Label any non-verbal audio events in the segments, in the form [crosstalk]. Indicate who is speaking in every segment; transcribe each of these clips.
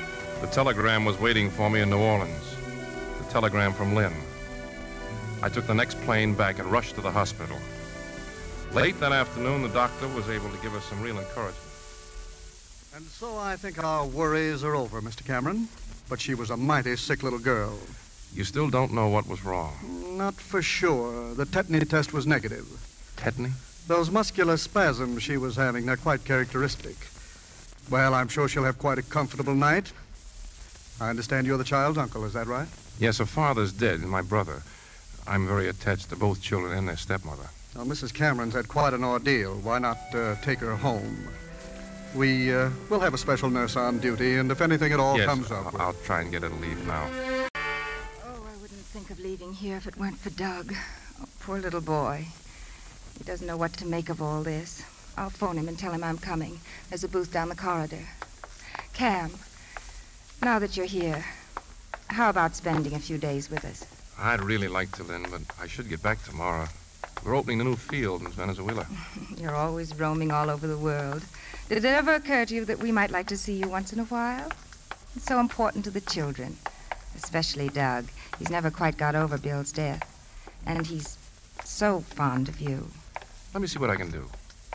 Speaker 1: The telegram was waiting for me in New Orleans. The telegram from Lynn. I took the next plane back and rushed to the hospital. Late that afternoon, the doctor was able to give us some real encouragement.
Speaker 2: And so I think our worries are over, Mr. Cameron. But she was a mighty sick little girl.
Speaker 1: You still don't know what was wrong.
Speaker 2: Not for sure. The tetany test was negative.
Speaker 1: Tetany?
Speaker 2: Those muscular spasms she was having, they're quite characteristic. Well, I'm sure she'll have quite a comfortable night. I understand you're the child's uncle, is that right?
Speaker 1: Yes, her father's dead, and my brother. I'm very attached to both children and their stepmother.
Speaker 2: Now, Mrs. Cameron's had quite an ordeal. Why not uh, take her home? We uh, will have a special nurse on duty, and if anything at all
Speaker 1: yes,
Speaker 2: comes up.
Speaker 1: I'll, I'll try and get her to leave now.
Speaker 3: Oh, I wouldn't think of leaving here if it weren't for Doug. Oh, poor little boy. He doesn't know what to make of all this. I'll phone him and tell him I'm coming. There's a booth down the corridor. Cam, now that you're here, how about spending a few days with us?
Speaker 1: I'd really like to, Lynn, but I should get back tomorrow. We're opening a new field in Venezuela.
Speaker 3: You're always roaming all over the world. Did it ever occur to you that we might like to see you once in a while? It's so important to the children, especially Doug. He's never quite got over Bill's death. And he's so fond of you.
Speaker 1: Let me see what I can do.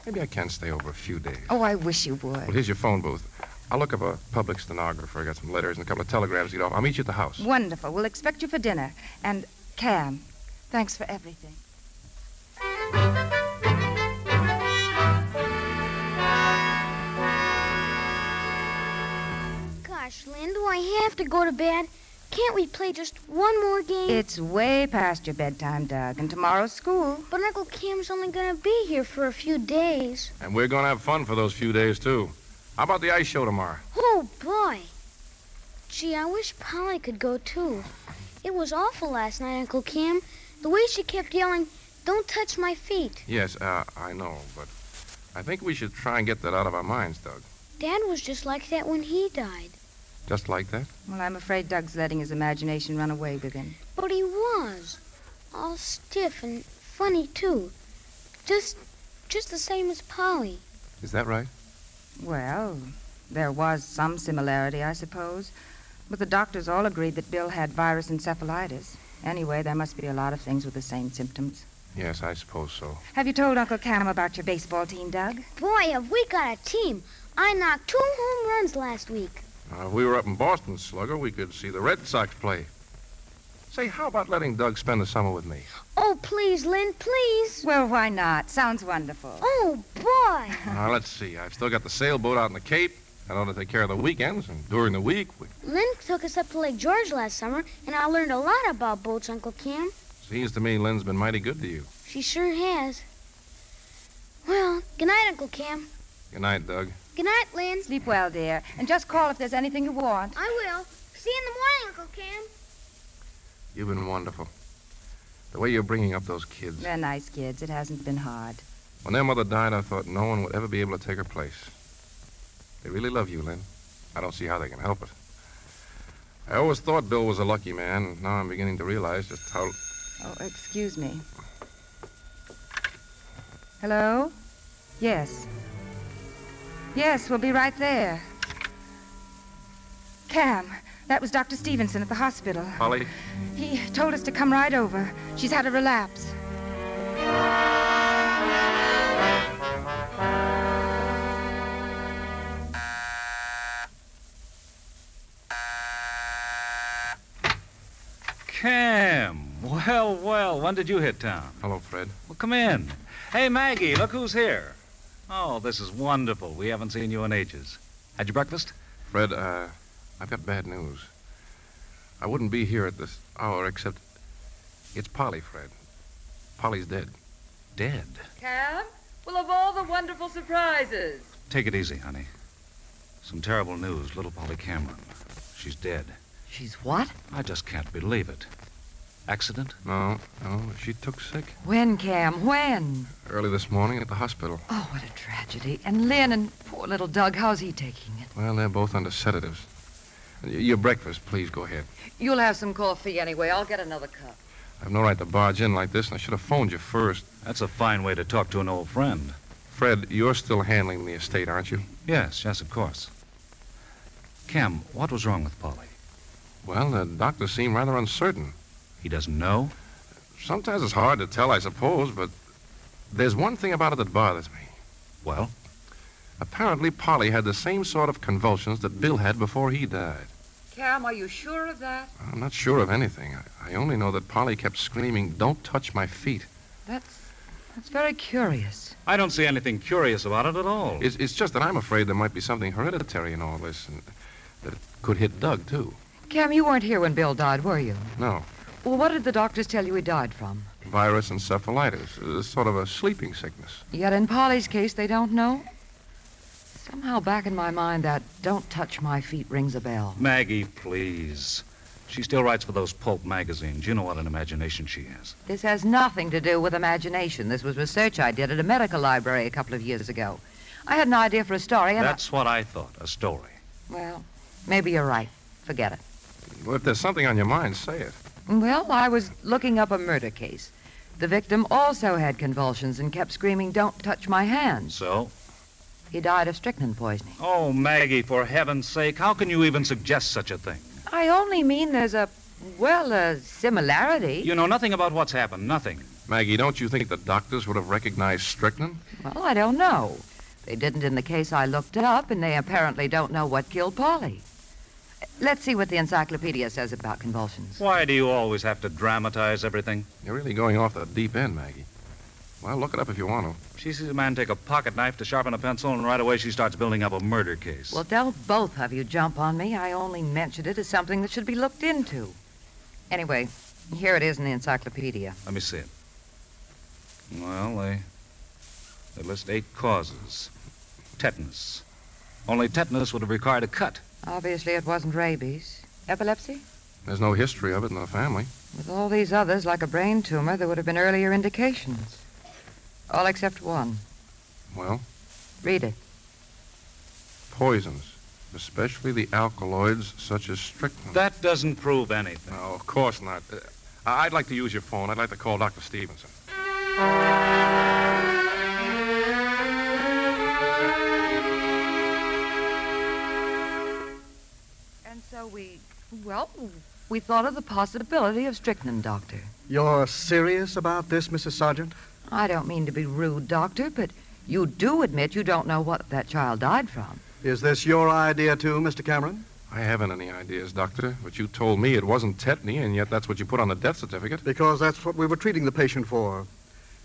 Speaker 1: Maybe I can stay over a few days.
Speaker 3: Oh, I wish you
Speaker 1: Well,
Speaker 3: would.
Speaker 1: here's your phone booth. I'll look up a public stenographer. I got some letters and a couple of telegrams to get off. I'll meet you at the house.
Speaker 3: Wonderful. We'll expect you for dinner. And Cam, thanks for everything.
Speaker 4: Gosh, Lynn, do I have to go to bed? Can't we play just one more game?
Speaker 3: It's way past your bedtime, Doug, and tomorrow's school.
Speaker 4: But Uncle Cam's only gonna be here for a few days.
Speaker 1: And we're going to have fun for those few days, too. How about the ice show tomorrow?
Speaker 4: Oh boy. Gee, I wish Polly could go too. It was awful last night, Uncle Cam. The way she kept yelling, "Don't touch my feet."
Speaker 1: Yes, uh, I know, but I think we should try and get that out of our minds, Doug.
Speaker 4: Dad was just like that when he died.
Speaker 1: Just like that?
Speaker 3: Well, I'm afraid Doug's letting his imagination run away with him.
Speaker 4: But he was all stiff and funny too. Just just the same as Polly.
Speaker 1: Is that right?
Speaker 3: Well, there was some similarity, I suppose. But the doctors all agreed that Bill had virus encephalitis. Anyway, there must be a lot of things with the same symptoms.
Speaker 1: Yes, I suppose so.
Speaker 3: Have you told Uncle Cam about your baseball team, Doug?
Speaker 4: Boy, have we got a team. I knocked two home runs last week.
Speaker 1: Now, Uh, if we were up in Boston, Slugger, we could see the Red Sox play. Say, how about letting Doug spend the summer with me?
Speaker 4: Oh, please, Lynn, please.
Speaker 3: Well, why not? Sounds wonderful.
Speaker 4: Oh, boy.
Speaker 1: Now, Uh, let's see. I've still got the sailboat out in the Cape. I know to take care of the weekends, and during the week, we
Speaker 4: Lynn took us up to Lake George last summer, and I learned a lot about boats, Uncle Cam.
Speaker 1: Seems to me Lynn's been mighty good to you.
Speaker 4: She sure has. Well, good night, Uncle Cam.
Speaker 1: Good night, Doug.
Speaker 4: Good night, Lynn.
Speaker 3: Sleep well, dear, and just call if there's anything you want.
Speaker 4: I will. See you in the morning, Uncle Cam.
Speaker 1: You've been wonderful. The way you're bringing up those kids.
Speaker 3: They're nice kids. It hasn't been hard.
Speaker 1: When their mother died, I thought no one would ever be able to take her place. They really love you, Lynn. I don't see how they can help it. I always thought Bill was a lucky man, and now I'm beginning to realize just how.
Speaker 3: Oh, excuse me. Hello? Yes. Yes, we'll be right there. Cam, that was Dr. Stevenson at the hospital.
Speaker 1: Polly,
Speaker 3: He told us to come right over. She's had a relapse.
Speaker 5: Cam. Well, well, when did you hit town?
Speaker 1: hello, Fred.
Speaker 5: Well, come in. Hey, Maggie, look who's here. Oh, this is wonderful. We haven't seen you in ages. Had your breakfast?
Speaker 1: Fred, uh, I've got bad news. I wouldn't be here at this hour except. It's Polly, Fred. Polly's dead.
Speaker 5: Dead.
Speaker 6: Cam? Well, of all the wonderful surprises.
Speaker 5: Take it easy, honey. Some terrible news. Little Polly Cameron. She's dead.
Speaker 7: She's what?
Speaker 5: I just can't believe it. Accident?
Speaker 1: No, no, she took sick
Speaker 7: When, Cam? When?
Speaker 1: early this morning at the hospital.
Speaker 7: Oh, what a tragedy. And Lynn and poor little Doug, how's he taking it?
Speaker 1: Well, they're both under sedatives. Y- Your breakfast, please go ahead.
Speaker 7: You'll have some coffee anyway. I'll get another cup.
Speaker 1: I've no right to barge in like this, and I should have phoned you first.
Speaker 5: That's a fine way to talk to an old friend.
Speaker 1: Fred, you're still handling the estate, aren't you?
Speaker 5: Yes, yes, of course. Kim, what was wrong with Polly?
Speaker 1: Well, the doctor seemed rather uncertain.
Speaker 5: He doesn't know?
Speaker 1: Sometimes it's hard to tell, I suppose, but there's one thing about it that bothers me.
Speaker 5: Well,
Speaker 1: Apparently, Polly had the same sort of convulsions that Bill had before he died.
Speaker 6: Cam, are you sure of that?
Speaker 1: I'm not sure of anything. I, I only know that Polly kept screaming, Don't touch my feet.
Speaker 7: That's that's very curious.
Speaker 5: I don't see anything curious about it at all.
Speaker 1: It's, it's just that I'm afraid there might be something hereditary in all this, and that it could hit Doug, too.
Speaker 7: Cam, you weren't here when Bill died, were you?
Speaker 1: No,
Speaker 7: Well, what did the doctors tell you he died from?
Speaker 1: virus encephalitis, uh, sort of a sleeping sickness.
Speaker 7: Yet in Polly's case, they don't know. Somehow back in my mind, that don't touch my feet rings a bell.
Speaker 5: Maggie, please. She still writes for those pulp magazines. You know what an imagination she has.
Speaker 7: This has nothing to do with imagination. This was research I did at a medical library a couple of years ago. I had an idea for a story, and I-
Speaker 5: That's what I thought, a story.
Speaker 7: well, maybe you're right. Forget it.
Speaker 1: Well, if there's something on your mind, say it.
Speaker 7: Well, I was looking up a murder case. The victim also had convulsions and kept screaming, "Don't touch my hands."
Speaker 5: So?
Speaker 7: He died of strychnine poisoning.
Speaker 5: Oh, Maggie, for heaven's sake, how can you even suggest such a thing?
Speaker 7: I only mean there's a, well, a similarity.
Speaker 5: You know nothing about what's happened, nothing.
Speaker 1: Maggie, don't you think the doctors would have recognized strychnine?
Speaker 7: Well, I don't know. They didn't in the case I looked up, and they apparently don't know what killed Polly. Let's see what the encyclopedia says about convulsions.
Speaker 5: Why do you always have to dramatize everything?
Speaker 1: You're really going off the deep end, Maggie. Well, look it up if you want to.
Speaker 5: She sees a man take a pocket knife to sharpen a pencil, and right away she starts building up a murder case.
Speaker 7: Well, don't both of you jump on me. I only mentioned it as something that should be looked into. Anyway, here it is in the encyclopedia.
Speaker 5: Let me see it. Well, they, they list eight causes. Tetanus. Only tetanus would have required a cut.
Speaker 7: Obviously, it wasn't rabies. Epilepsy?
Speaker 1: There's no history of it in the family.
Speaker 7: With all these others, like a brain tumor, there would have been earlier indications. All except one.
Speaker 1: Well,
Speaker 7: Read it.
Speaker 1: poisons, especially the alkaloids such as strychnine.
Speaker 5: That doesn't prove anything.
Speaker 1: No, of course not. Uh, I- I'd like to use your phone. I'd like to call Dr. Stevenson.
Speaker 7: And so we, well, we thought of the possibility of strychnine, Doctor.
Speaker 2: You're serious about this, Mrs. Sargent?
Speaker 7: I don't mean to be rude, Doctor, but you do admit you don't know what that child died from.
Speaker 2: Is this your idea, too, Mr. Cameron?
Speaker 1: I haven't any ideas, Doctor, but you told me it wasn't tetany, and yet that's what you put on the death certificate.
Speaker 2: Because that's what we were treating the patient for.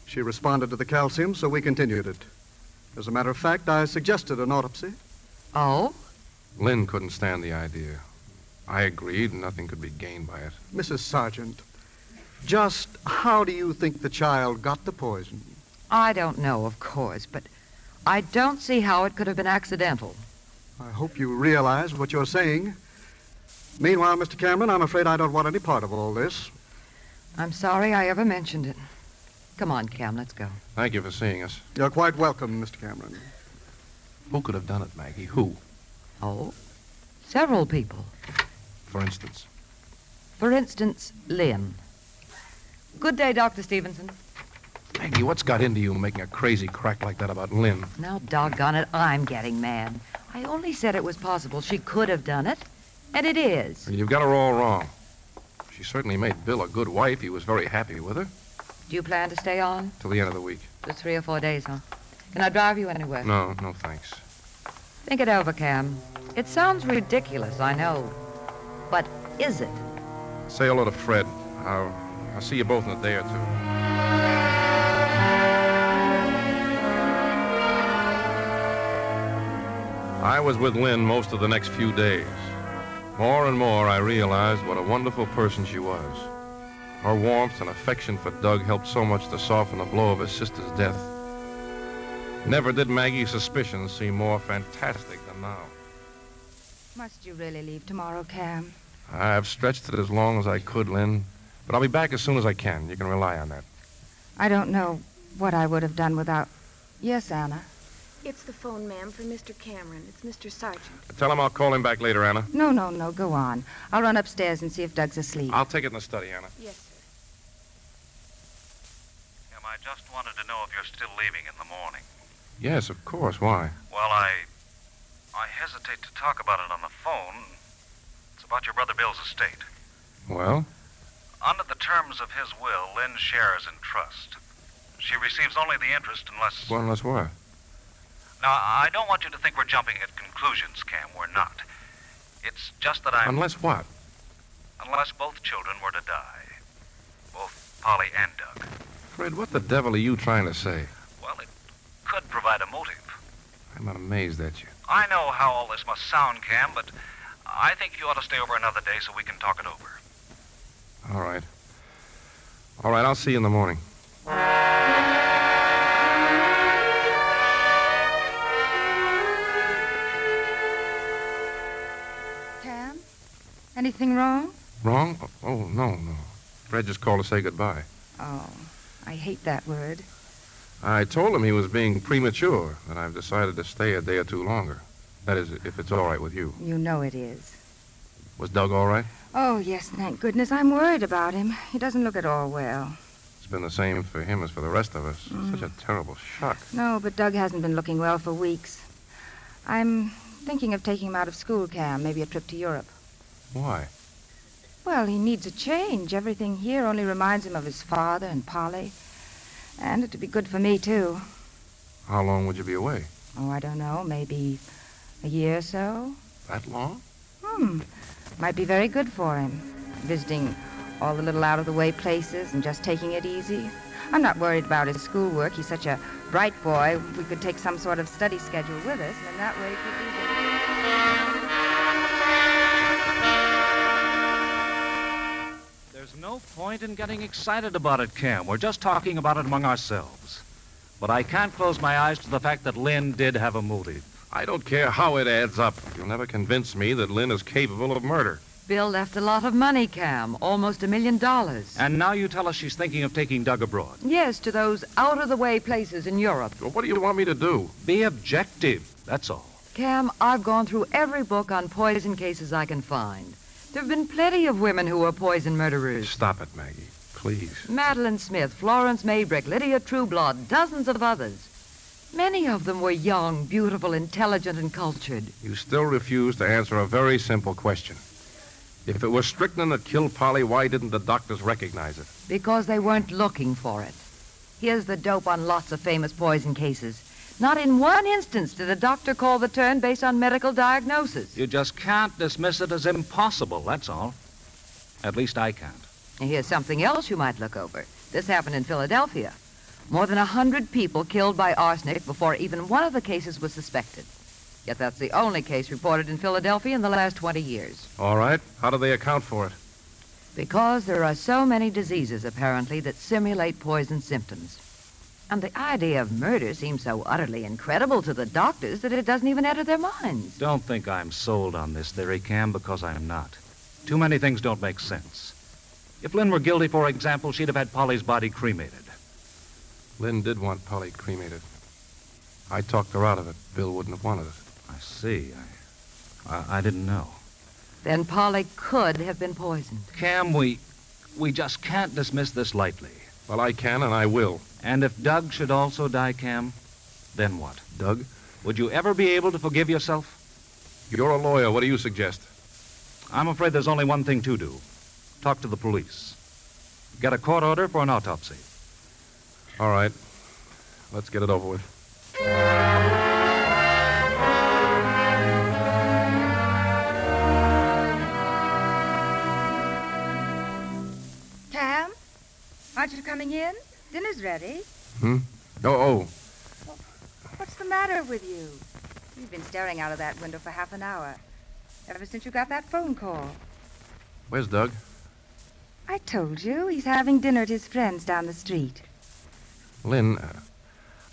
Speaker 2: She responded to the calcium, so we continued it. As a matter of fact, I suggested an autopsy.
Speaker 7: Oh?
Speaker 1: Lynn couldn't stand the idea. I agreed, and nothing could be gained by it.
Speaker 2: Mrs. Sargent, just how do you think the child got the poison?
Speaker 7: I don't know, of course, but I don't see how it could have been accidental.
Speaker 2: I hope you realize what you're saying. Meanwhile, Mr. Cameron, I'm afraid I don't want any part of all this.
Speaker 7: I'm sorry I ever mentioned it. Come on, Cam, let's go.
Speaker 1: Thank you for seeing us.
Speaker 2: You're quite welcome, Mr. Cameron.
Speaker 1: Who could have done it, Maggie? Who,
Speaker 7: Oh? Several people.
Speaker 1: for instance?
Speaker 7: For instance, Lynn. Good day, Dr. Stevenson.
Speaker 1: Maggie, what's got into you making a crazy crack like that about Lynn?
Speaker 7: Now, doggone it, I'm getting mad. I only said it was possible she could have done it, and it is.
Speaker 1: You've got her all wrong. She certainly made Bill a good wife. He was very happy with her
Speaker 7: Do you plan to stay on?
Speaker 1: till the end of the week.
Speaker 7: Just three or four days, huh? Can I drive you anywhere?
Speaker 1: No, no thanks.
Speaker 7: Think it over, Cam. It sounds ridiculous, I know. But is it?
Speaker 1: Say hello to Fred. I'll, I'll see you both in a day or two. I was with Lynn most of the next few days. More and more, I realized what a wonderful person she was. Her warmth and affection for Doug helped so much to soften the blow of his sister's death. Never did Maggie's suspicions seem more fantastic than now.
Speaker 3: Must you really leave tomorrow, Cam?
Speaker 1: I've stretched it as long as I could, Lynn, but I'll be back as soon as I can. You can rely on that.
Speaker 3: I don't know what I would have done without. Yes, Anna.
Speaker 8: It's the phone, ma'am, for Mr. Cameron. It's Mr. Sargent.
Speaker 1: Tell him I'll call him back later, Anna.
Speaker 3: No, no, no. Go on. I'll run upstairs and see if Doug's asleep.
Speaker 1: I'll take it in the study, Anna.
Speaker 8: Yes, sir.
Speaker 5: Kim, I just wanted to know if you're still leaving in the morning.
Speaker 1: Yes, of course. Why?
Speaker 5: Well, I. I hesitate to talk about it on the phone. It's about your brother Bill's estate.
Speaker 1: Well?
Speaker 5: Under the terms of his will, Lynn shares in trust. She receives only the interest unless.
Speaker 1: Well, unless what?
Speaker 5: Now, I don't want you to think we're jumping at conclusions, Cam. We're not. It's just that I'm.
Speaker 1: Unless what?
Speaker 5: Unless both children were to die. Both Polly and Doug.
Speaker 1: Fred, what the devil are you trying to say?
Speaker 5: Well, it could provide a motive.
Speaker 1: I'm not amazed at you.
Speaker 5: I know how all this must sound, Cam, but I think you ought to stay over another day so we can talk it over.
Speaker 1: All right. All right, I'll see you in the morning.
Speaker 3: Cam? Anything wrong?
Speaker 1: Wrong? Oh, no, no. Fred just called to say goodbye.
Speaker 3: Oh, I hate that word.
Speaker 1: I told him he was being premature, and I've decided to stay a day or two longer. That is, if it's all right with you.
Speaker 3: You know it is.
Speaker 1: Was Doug all right?
Speaker 3: Oh, yes, thank goodness. I'm worried about him. He doesn't look at all well.
Speaker 1: It's been the same for him as for the rest of us. Such a terrible shock.
Speaker 3: No, but Doug hasn't been looking well for weeks. I'm thinking of taking him out of school, Cam, maybe a trip to Europe.
Speaker 1: Why?
Speaker 3: Well, he needs a change. Everything here only reminds him of his father and Polly. And it'd be good for me, too.
Speaker 1: How long would you be away?
Speaker 3: Oh, I don't know, maybe a year or so?
Speaker 1: That long?
Speaker 3: Hmm. Might be very good for him. Visiting all the little out of the way places and just taking it easy. I'm not worried about his schoolwork. He's such a bright boy. We could take some sort of study schedule with us, and in that way, it could be.
Speaker 5: There's no point in getting excited about it, Cam. We're just talking about it among ourselves. But I can't close my eyes to the fact that Lynn did have a motive.
Speaker 1: I don't care how Oh, it adds up. You'll never convince me that Lynn is capable of murder.
Speaker 7: Bill left a lot of money, Cam. Almost a million dollars.
Speaker 5: And now you tell us she's thinking of taking Doug abroad.
Speaker 7: Yes, to those out of the way places in Europe.
Speaker 1: Well, what do you want me to do?
Speaker 5: Be objective, that's all.
Speaker 7: Cam, I've gone through every book on poison cases I can find. There have been plenty of women who were poison murderers.
Speaker 1: Stop it, Maggie. Please.
Speaker 7: Madeline Smith, Florence Maybrick, Lydia Trueblood, dozens of others. Many of them were young, beautiful, intelligent, and cultured.
Speaker 1: You still refuse to answer a very simple question. If it was strychnine that killed Polly, why didn't the doctors recognize it?
Speaker 7: Because they weren't looking for it. Here's the dope on lots of famous poison cases. Not in one instance did a doctor call the turn based on medical diagnosis.
Speaker 5: You just can't dismiss it as impossible, that's all. At least I can't.
Speaker 7: And here's something else you might look over. This happened in Philadelphia. More than a hundred people killed by arsenic before even one of the cases was suspected. Yet that's the only case reported in Philadelphia in the last 20 years.
Speaker 1: All right. How do they account for it?
Speaker 7: Because there are so many diseases, apparently, that simulate poison symptoms. And the idea of murder seems so utterly incredible to the doctors that it doesn't even enter their minds.
Speaker 5: Don't think I'm sold on this theory, Cam, because I'm not. Too many things don't make sense. If Lynn were guilty, for example, she'd have had Polly's body cremated.
Speaker 1: Lynn did want Polly cremated. I talked her out of it. Bill wouldn't have wanted it.
Speaker 5: I see. I, I, I didn't know.
Speaker 7: Then Polly could have been poisoned.
Speaker 5: Cam, we, we just can't dismiss this lightly.
Speaker 1: Well, I can and I will.
Speaker 5: And if Doug should also die, Cam, then what?
Speaker 1: Doug,
Speaker 5: Would you ever be able to forgive yourself?
Speaker 1: you're a lawyer. What do you suggest?
Speaker 5: I'm afraid there's only one thing to do talk to the police. Get a court order for an autopsy.
Speaker 1: All right. Let's get it over with.
Speaker 3: Cam? Aren't you coming in? Dinner's ready.
Speaker 1: Oh, oh.
Speaker 3: What's the matter with you? You've been staring out of that window for half an hour. Ever since you got that phone call.
Speaker 1: Where's Doug?
Speaker 3: I told you he's having dinner at his friend's down the street.
Speaker 1: Lynn, uh,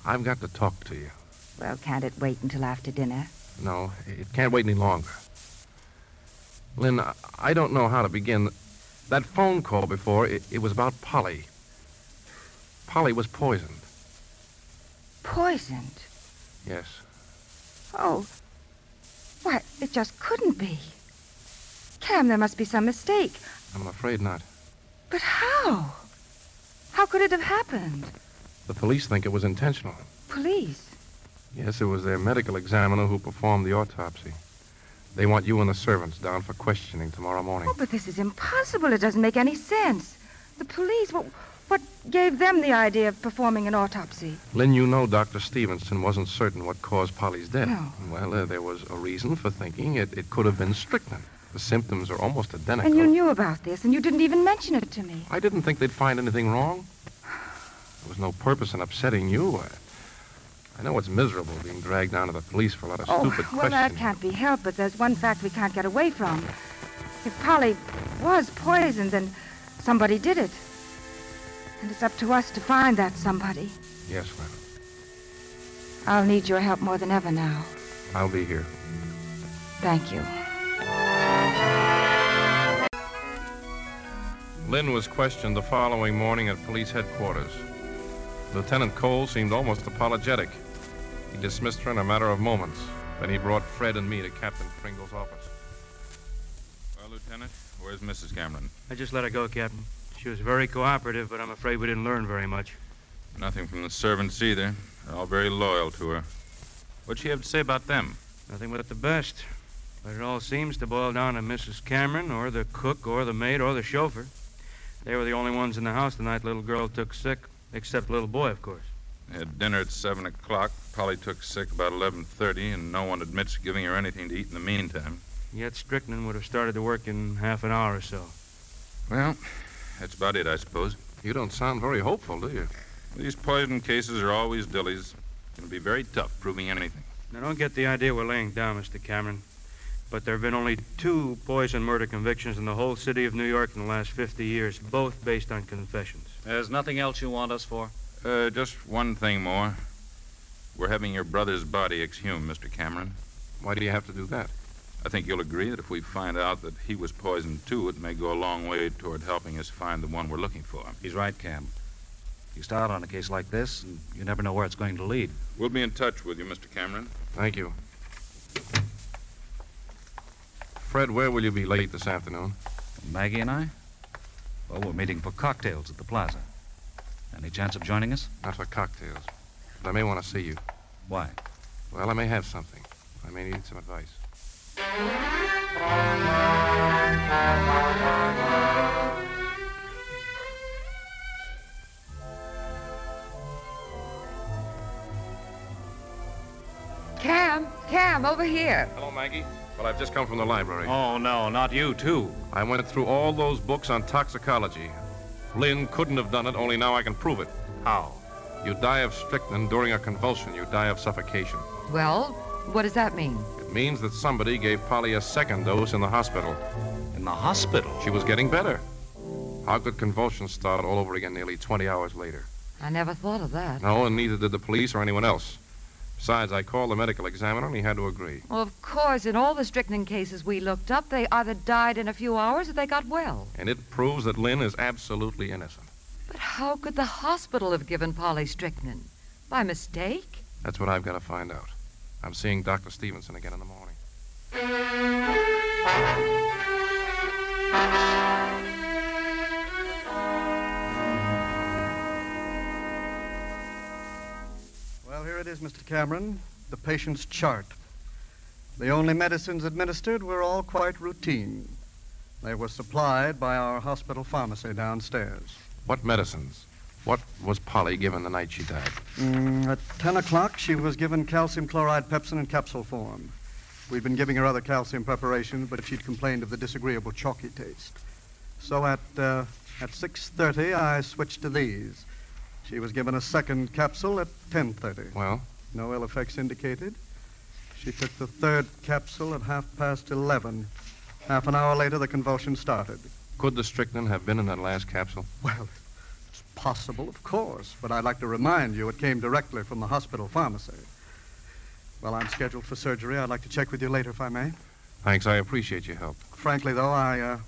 Speaker 1: I've got to talk to you.
Speaker 3: Well, can't it wait until after dinner?
Speaker 1: No, it can't wait any longer. Lynn, I- I don't know how to begin. That phone call before, it, it was about Polly. Polly was poisoned.
Speaker 3: Poisoned.
Speaker 1: Yes.
Speaker 3: Oh. Why, it just couldn't be. Cam, there must be some mistake.
Speaker 1: I'm afraid not.
Speaker 3: But how? How could it have happened?
Speaker 1: The police think it was intentional.
Speaker 3: Police.
Speaker 1: Yes, it was their medical examiner who performed the autopsy. They want you and the servants down for questioning tomorrow morning.
Speaker 3: Oh, but this is impossible. It doesn't make any sense. The police, what, what gave them the idea of performing an autopsy?
Speaker 1: Lynn, you know Dr. Stevenson wasn't certain what caused Polly's death.
Speaker 3: No.
Speaker 1: Well, uh, there was a reason for thinking it, it could have been strychnine. The symptoms are almost identical.
Speaker 3: And you knew about this, and you didn't even mention it to me.
Speaker 1: I didn't think they'd find anything wrong. There was no purpose in upsetting you. I, I know it's miserable being dragged down to the police for a lot of
Speaker 3: oh,
Speaker 1: stupid
Speaker 3: well,
Speaker 1: questions.
Speaker 3: that can't be helped, but there's one fact we can't get away from. If Polly was poisoned, then somebody did it. And it's up to us to find that somebody.
Speaker 1: Yes, Lynn.
Speaker 3: I'll need your help more than ever now.
Speaker 1: I'll be here.
Speaker 3: Thank you.
Speaker 1: Lynn was questioned the following morning at police headquarters. Lieutenant Cole seemed almost apologetic. He dismissed her in a matter of moments. Then he brought Fred and me to Captain Pringle's office.
Speaker 9: Well, Lieutenant, where's Mrs. Cameron?
Speaker 10: I just let her go, Captain. She was very cooperative, but I'm afraid we didn't learn very much.
Speaker 9: Nothing from the servants either. They're all very loyal to her. What'd she have to say about them?
Speaker 10: Nothing but the best. But it all seems to boil down to Mrs. Cameron, or the cook, or the maid, or the chauffeur. They were the only ones in the house the night little girl took sick, except little boy, of course.
Speaker 9: They had dinner at seven o'clock. Polly took sick about eleven thirty, and no one admits giving her anything to eat in the meantime.
Speaker 10: Yet strychnine would have started to work in half an hour or so.
Speaker 9: Well, that's about it, I suppose.
Speaker 1: You don't sound very hopeful, do you?
Speaker 9: These poison cases are always dillies. It can be very tough proving anything.
Speaker 10: Now, don't get the idea we're laying down, Mr. Cameron. But there have been only two poison murder convictions in the whole city of New York in the last 50 years, both based on confessions.
Speaker 5: There's nothing else you want us for?
Speaker 9: Uh, just one thing more. We're having your brother's body exhumed, Mr. Cameron.
Speaker 1: Why do you have to do that?
Speaker 9: I think you'll agree that if we find out that he was poisoned too, it may go a long way toward helping us find the one we're looking for.
Speaker 5: He's right, Cam. You start on a case like this, and you never know where it's going to lead.
Speaker 9: We'll be in touch with you, Mr. Cameron.
Speaker 1: Thank you. Fred, where will you be late this afternoon?
Speaker 5: Maggie and I? Well, we're meeting for cocktails at the plaza. Any chance of joining us?
Speaker 1: Not for cocktails. But I may want to see you.
Speaker 5: Why?
Speaker 1: Well, I may have something. I may need some advice.
Speaker 7: Cam, Cam, over here.
Speaker 1: Hello, Maggie. Well, I've just come from the library.
Speaker 5: Oh, no, not you, too.
Speaker 1: I went through all those books on toxicology. Lynn couldn't have done it, only now I can prove it.
Speaker 5: How?
Speaker 1: You die of strychnine during a convulsion, you die of suffocation.
Speaker 7: Well, what does that mean?
Speaker 1: It means that somebody gave Polly a second dose in the hospital.
Speaker 5: In the hospital?
Speaker 1: She was getting better. How could convulsions start all over again nearly 20 hours later?
Speaker 7: I never thought of that.
Speaker 1: No, and neither did the police or anyone else. Besides, I called the medical examiner and he had to agree.
Speaker 7: Well, of course, in all the strychnine cases we looked up, they either died in a few hours or they got well.
Speaker 1: And it proves that Lynn is absolutely innocent.
Speaker 7: But how could the hospital have given Polly strychnine? By mistake?
Speaker 1: That's what I've got to find out. I'm seeing Dr. Stevenson again in the morning.
Speaker 2: Well, here it is, Mr. Cameron. The patient's chart. The only medicines administered were all quite routine. They were supplied by our hospital pharmacy downstairs.
Speaker 1: What medicines? What was Polly given the night she died?
Speaker 2: Mm, at 10 o'clock, she was given calcium chloride pepsin in capsule form. We'd been giving her other calcium preparations, but she'd complained of the disagreeable chalky taste. So at, uh, at 6.30, I switched to these. She was given a second capsule at 10.30.
Speaker 1: Well,
Speaker 2: No ill effects indicated. She took the third capsule at half past 11. Half an hour later, the convulsion started.
Speaker 1: could the strychnine have been in that last capsule?
Speaker 2: Well, it's possible, of course, but I'd like to remind you it came directly from the hospital pharmacy. Well, I'm scheduled for surgery. I'd like to check with you later, if I may.
Speaker 1: Thanks, I appreciate your help.
Speaker 2: Frankly, though, I, uh,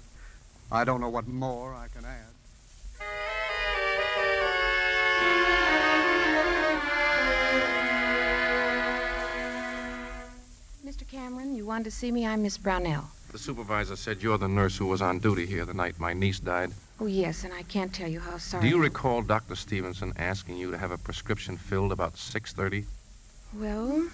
Speaker 2: I don't know what more I can add.
Speaker 8: Mr. Cameron, you wanted to see me? I'm Miss Brownell.
Speaker 1: The supervisor said you're the nurse who was on duty here the night my niece died.
Speaker 8: Oh, yes, and I can't tell you how sorry.
Speaker 1: Do you recall Dr. Stevenson asking you to have a prescription filled about 6.30?
Speaker 8: Well,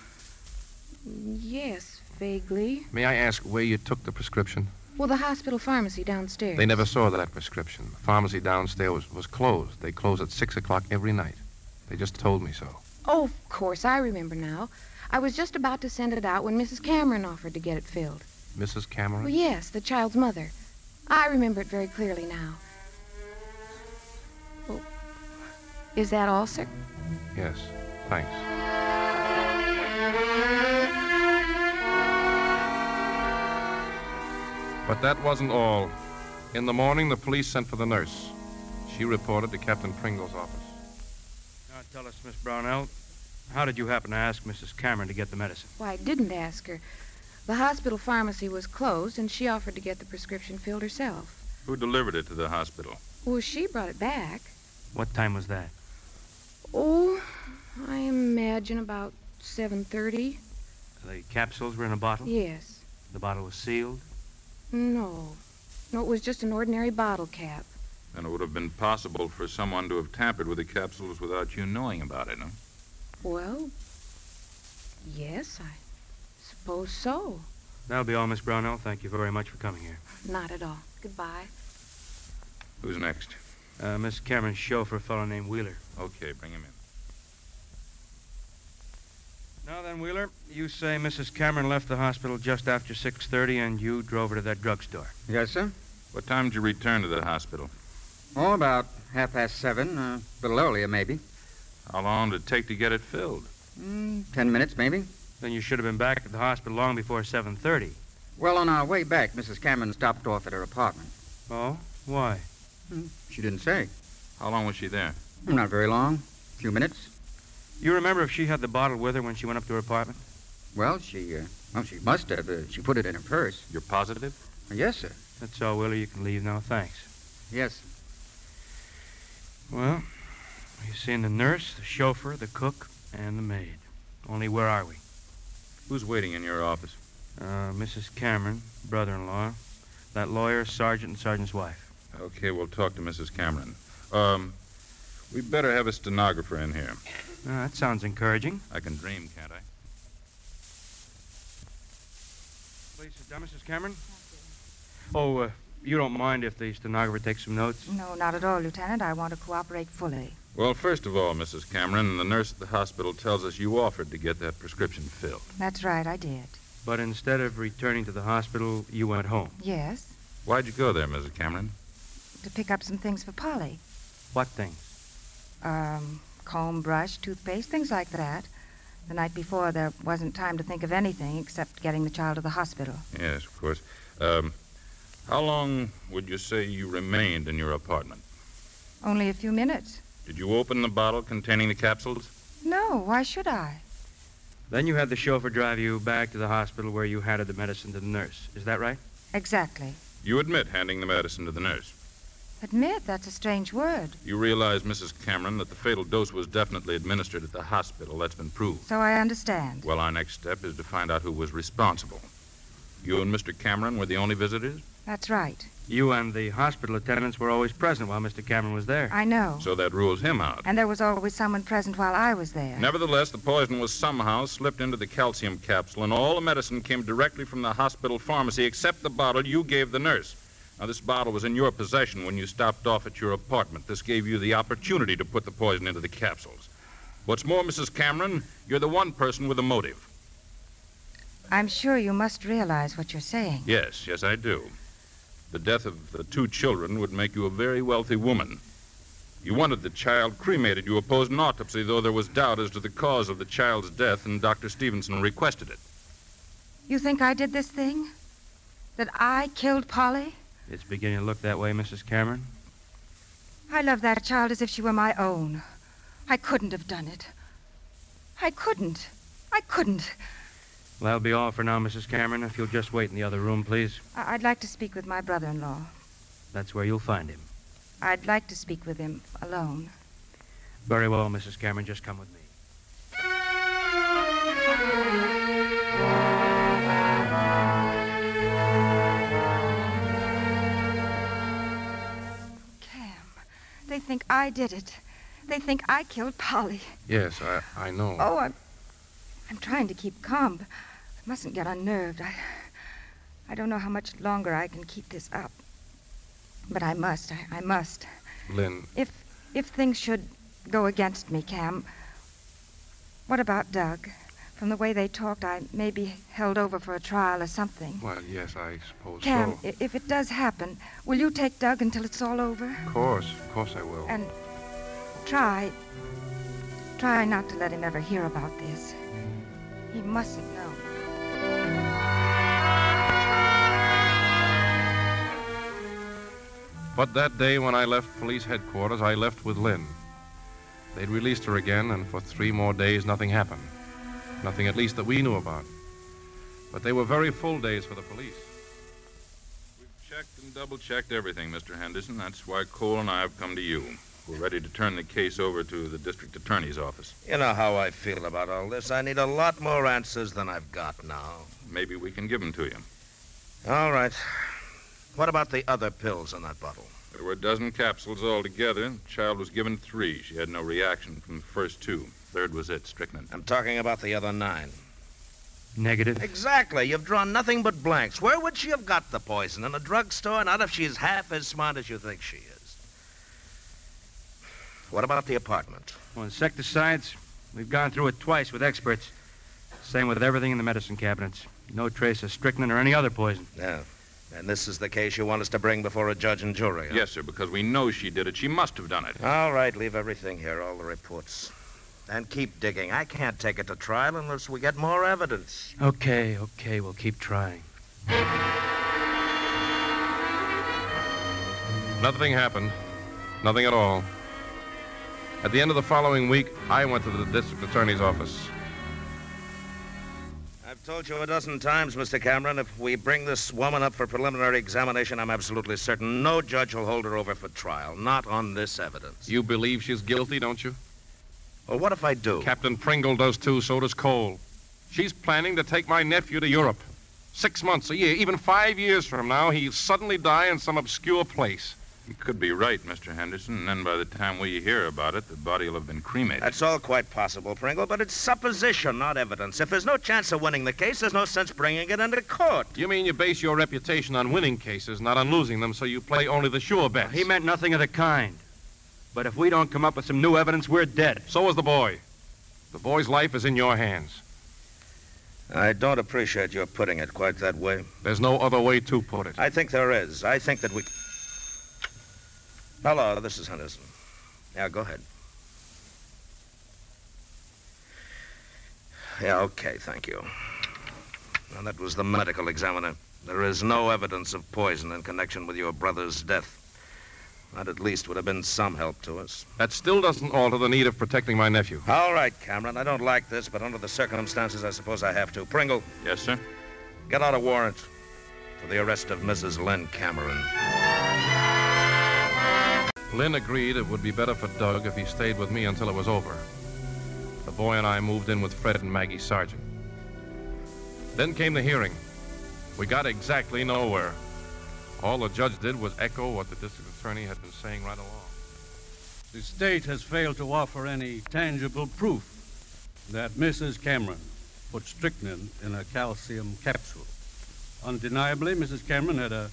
Speaker 8: yes, vaguely.
Speaker 1: May I ask where you took the prescription?
Speaker 8: Well, the hospital pharmacy downstairs.
Speaker 1: They never saw that prescription. The pharmacy downstairs was, was closed. They close at 6 o'clock every night. They just told me so.
Speaker 8: Oh, of course, I remember now. I was just about to send it out when Mrs. Cameron offered to get it filled.
Speaker 1: Mrs. Cameron?
Speaker 8: Well, yes, the child's mother. I remember it very clearly now. Well, is that all, sir?
Speaker 1: Yes. Thanks. But that wasn't all. In the morning, the police sent for the nurse. She reported to Captain Pringle's office.
Speaker 10: Now tell us, Miss Brownell, how did you happen to ask Mrs. Cameron to get the medicine?
Speaker 8: Why, I didn't ask her. The hospital pharmacy was closed, and she offered to get the prescription filled herself.
Speaker 9: Who delivered it to the hospital?
Speaker 8: Well, she brought it back.
Speaker 10: What time was that?
Speaker 8: Oh, I imagine about 7.30.
Speaker 10: The capsules were in a bottle?
Speaker 8: Yes.
Speaker 10: The bottle was sealed?
Speaker 8: No. No, it was just an ordinary bottle cap.
Speaker 9: Then it would have been possible for someone to have tampered with the capsules without you knowing about it, huh?
Speaker 8: Well, yes, I suppose so.
Speaker 10: That'll be all, Miss Brownell. Thank you very much for coming here.
Speaker 8: Not at all. Goodbye.
Speaker 9: Who's next?
Speaker 10: Uh, Miss Cameron's chauffeur, a fellow named Wheeler.
Speaker 9: Okay, bring him in.
Speaker 10: Now then, Wheeler, you say Mrs. Cameron left the hospital just after 6.30 and you drove her to that drugstore.
Speaker 11: Yes, sir.
Speaker 9: What time did you return to the hospital?
Speaker 11: Oh, about half past seven, uh, a little earlier, maybe.
Speaker 9: How long did it take to get it filled?
Speaker 11: Mm, ten minutes, maybe.
Speaker 10: Then you should have been back at the hospital long before 7.30.
Speaker 11: Well, on our way back, Mrs. Cameron stopped off at her apartment.
Speaker 10: Oh? Why?
Speaker 11: Mm, She didn't say.
Speaker 9: How long was she there?
Speaker 11: Not very long. A few minutes.
Speaker 10: You remember if she had the bottle with her when she went up to her apartment?
Speaker 11: Well, she, uh, well, she must have. Uh, she put it in her purse.
Speaker 9: You're positive?
Speaker 11: Yes, sir.
Speaker 10: That's all, Wheeler. You can leave now. Thanks.
Speaker 11: Yes.
Speaker 10: Well, you've seen the nurse, the chauffeur, the cook, and the maid. Only where are we?
Speaker 9: Who's waiting in your office?
Speaker 10: Uh, Mrs. Cameron, brother-in-law, that lawyer, sergeant, and sergeant's wife.
Speaker 9: Okay, we'll talk to Mrs. Cameron. Um, we better have a stenographer in here.
Speaker 10: Ah, that sounds encouraging.
Speaker 9: I can dream, can't I?
Speaker 10: Please sit down, Mrs. Cameron. Oh, uh, you don't mind if the stenographer takes some notes?
Speaker 3: No, not at all, Lieutenant. I want to cooperate fully.
Speaker 9: Well, first of all, Mrs. Cameron, the nurse at the hospital tells us you offered to get that prescription filled.
Speaker 3: That's right, I did.
Speaker 10: But instead of returning to the hospital, you went home.
Speaker 3: Yes,
Speaker 9: Why'd you go there, Mrs. Cameron?
Speaker 3: to pick up some things for Polly.
Speaker 10: What things?
Speaker 3: Um, comb, brush, toothpaste, things like that. The night before, there wasn't time to think of anything except getting the child to the hospital.
Speaker 9: Yes, of course. Um, how long would you say you remained in your apartment?
Speaker 3: Only a few minutes.
Speaker 9: Did you open the bottle containing the capsules?
Speaker 3: No, why should I?
Speaker 10: Then you had the chauffeur drive you back to the hospital where you handed the medicine to the nurse. Is that right?
Speaker 3: Exactly.
Speaker 9: You admit handing the medicine to the nurse.
Speaker 3: Admit, that's a strange word.
Speaker 9: You realize, Mrs. Cameron, that the fatal dose was definitely administered at the hospital. That's been proved.
Speaker 3: So I understand.
Speaker 9: Well, our next step is to find out who was responsible. You and Mr. Cameron were the only visitors?
Speaker 3: That's right.
Speaker 10: You and the hospital attendants were always present while Mr. Cameron was there.
Speaker 3: I know.
Speaker 9: So that rules him out.
Speaker 3: And there was always someone present while I was there.
Speaker 9: Nevertheless, the poison was somehow slipped into the calcium capsule, and all the medicine came directly from the hospital pharmacy except the bottle you gave the nurse. Now, this bottle was in your possession when you stopped off at your apartment. This gave you the opportunity to put the poison into the capsules. What's more, Mrs. Cameron, you're the one person with a motive.
Speaker 3: I'm sure you must realize what you're saying.
Speaker 9: Yes, yes, I do. The death of the two children would make you a very wealthy woman. You wanted the child cremated. You opposed an autopsy, though there was doubt as to the cause of the child's death, and Dr. Stevenson requested it.
Speaker 3: You think I did this thing? That I killed Polly?
Speaker 10: It's beginning to look that way, Mrs. Cameron.
Speaker 3: I love that child as if she were my own. I couldn't have done it. I couldn't. I couldn't.
Speaker 10: Well, that'll be all for now, Mrs. Cameron. If you'll just wait in the other room, please.
Speaker 3: I- I'd like to speak with my brother in law.
Speaker 10: That's where you'll find him.
Speaker 3: I'd like to speak with him alone.
Speaker 10: Very well, Mrs. Cameron. Just come with me.
Speaker 3: They think I did it. They think I killed Polly.
Speaker 1: Yes, I, I know.
Speaker 3: Oh, I'm, I'm trying to keep calm, but I mustn't get unnerved. I, I don't know how much longer I can keep this up. But I must. I, I must.
Speaker 1: Lynn,
Speaker 3: If if things should go against me, Cam, what about Doug? From the way they talked, I may be held over for a trial or something.
Speaker 1: well, yes, I suppose
Speaker 3: Cam,
Speaker 1: Oh, so.
Speaker 3: i if it does happen, will you take Doug until it's all over?
Speaker 1: Of course, of course I will.
Speaker 3: And try. Try not to let him ever hear about this. He mustn't know.
Speaker 1: But that day when I left police headquarters, I left with Lynn. They'd released her again, and for three more days, nothing happened. Nothing, at least, that we knew about. But they were very full days for the police.
Speaker 9: Checked and double checked everything, Mr. Henderson. That's why Cole and I have come to you. We're ready to turn the case over to the district attorney's office.
Speaker 12: You know how I feel about all this. I need a lot more answers than I've got now.
Speaker 9: Maybe we can give them to you.
Speaker 12: All right. What about the other pills in that bottle?
Speaker 9: There were a dozen capsules altogether. The child was given three. She had no reaction from the first two. Third was it, strychnine.
Speaker 12: I'm talking about the other nine.
Speaker 10: Negative.
Speaker 12: Exactly. You've drawn nothing but blanks. Where would she have got the poison? In a drugstore? Not if she's half as smart as you think she is. What about the apartment?
Speaker 10: Well, insecticides, we've gone through it twice with experts. Same with everything in the medicine cabinets. No trace of strychnine or any other poison.
Speaker 12: No. And this is the case you want us to bring before a judge and jury.
Speaker 9: Yes, sir, because we know she did it. She must have done it.
Speaker 12: All right, leave everything here, all the reports. And keep digging. I can't take it to trial unless we get more evidence.
Speaker 10: Okay, okay, we'll keep trying.
Speaker 1: Nothing happened. Nothing at all. At the end of the following week, I went to the district attorney's office.
Speaker 12: I've told you a dozen times, Mr. Cameron, if we bring this woman up for preliminary examination, I'm absolutely certain no judge will hold her over for trial. Not on this evidence.
Speaker 1: You believe she's guilty, don't you?
Speaker 12: Well, what if I do?
Speaker 1: Captain Pringle does too, so does Cole. She's planning to take my nephew to Europe. Six months, a year, even five years from now, he'll suddenly die in some obscure place.
Speaker 9: You could be right, Mr. Henderson, and then by the time we hear about it, the body will have been cremated.
Speaker 12: That's all quite possible, Pringle, but it's supposition, not evidence. If there's no chance of winning the case, there's no sense bringing it into court.
Speaker 1: You mean you base your reputation on winning cases, not on losing them, so you play only the sure bets?
Speaker 10: He meant nothing of the kind. But if we don't come up with some new evidence, we're dead.
Speaker 1: So is the boy. The boy's life is in your hands.
Speaker 12: I don't appreciate your putting it quite that way.
Speaker 1: There's no other way to put it.
Speaker 12: I think there is. I think that we. Hello, this is Henderson. Yeah, go ahead. Yeah, okay, thank you. Now, that was the medical examiner. There is no evidence of poison in connection with your brother's death. That at least would have been some help to us.
Speaker 1: That still doesn't alter the need of protecting my nephew.
Speaker 12: All right, Cameron, I don't like this, but under the circumstances, I suppose I have to. Pringle.
Speaker 9: Yes, sir?
Speaker 12: Get out a warrant for the arrest of Mrs. Lynn Cameron.
Speaker 1: Lynn agreed it would be better for Doug if he stayed with me until it was over. The boy and I moved in with Fred and Maggie Sargent. Then came the hearing. We got exactly nowhere. All the judge did was echo what the district attorney had been saying right along.
Speaker 13: The state has failed to offer any tangible proof that Mrs. Cameron put strychnine in a calcium capsule. Undeniably, Mrs. Cameron had a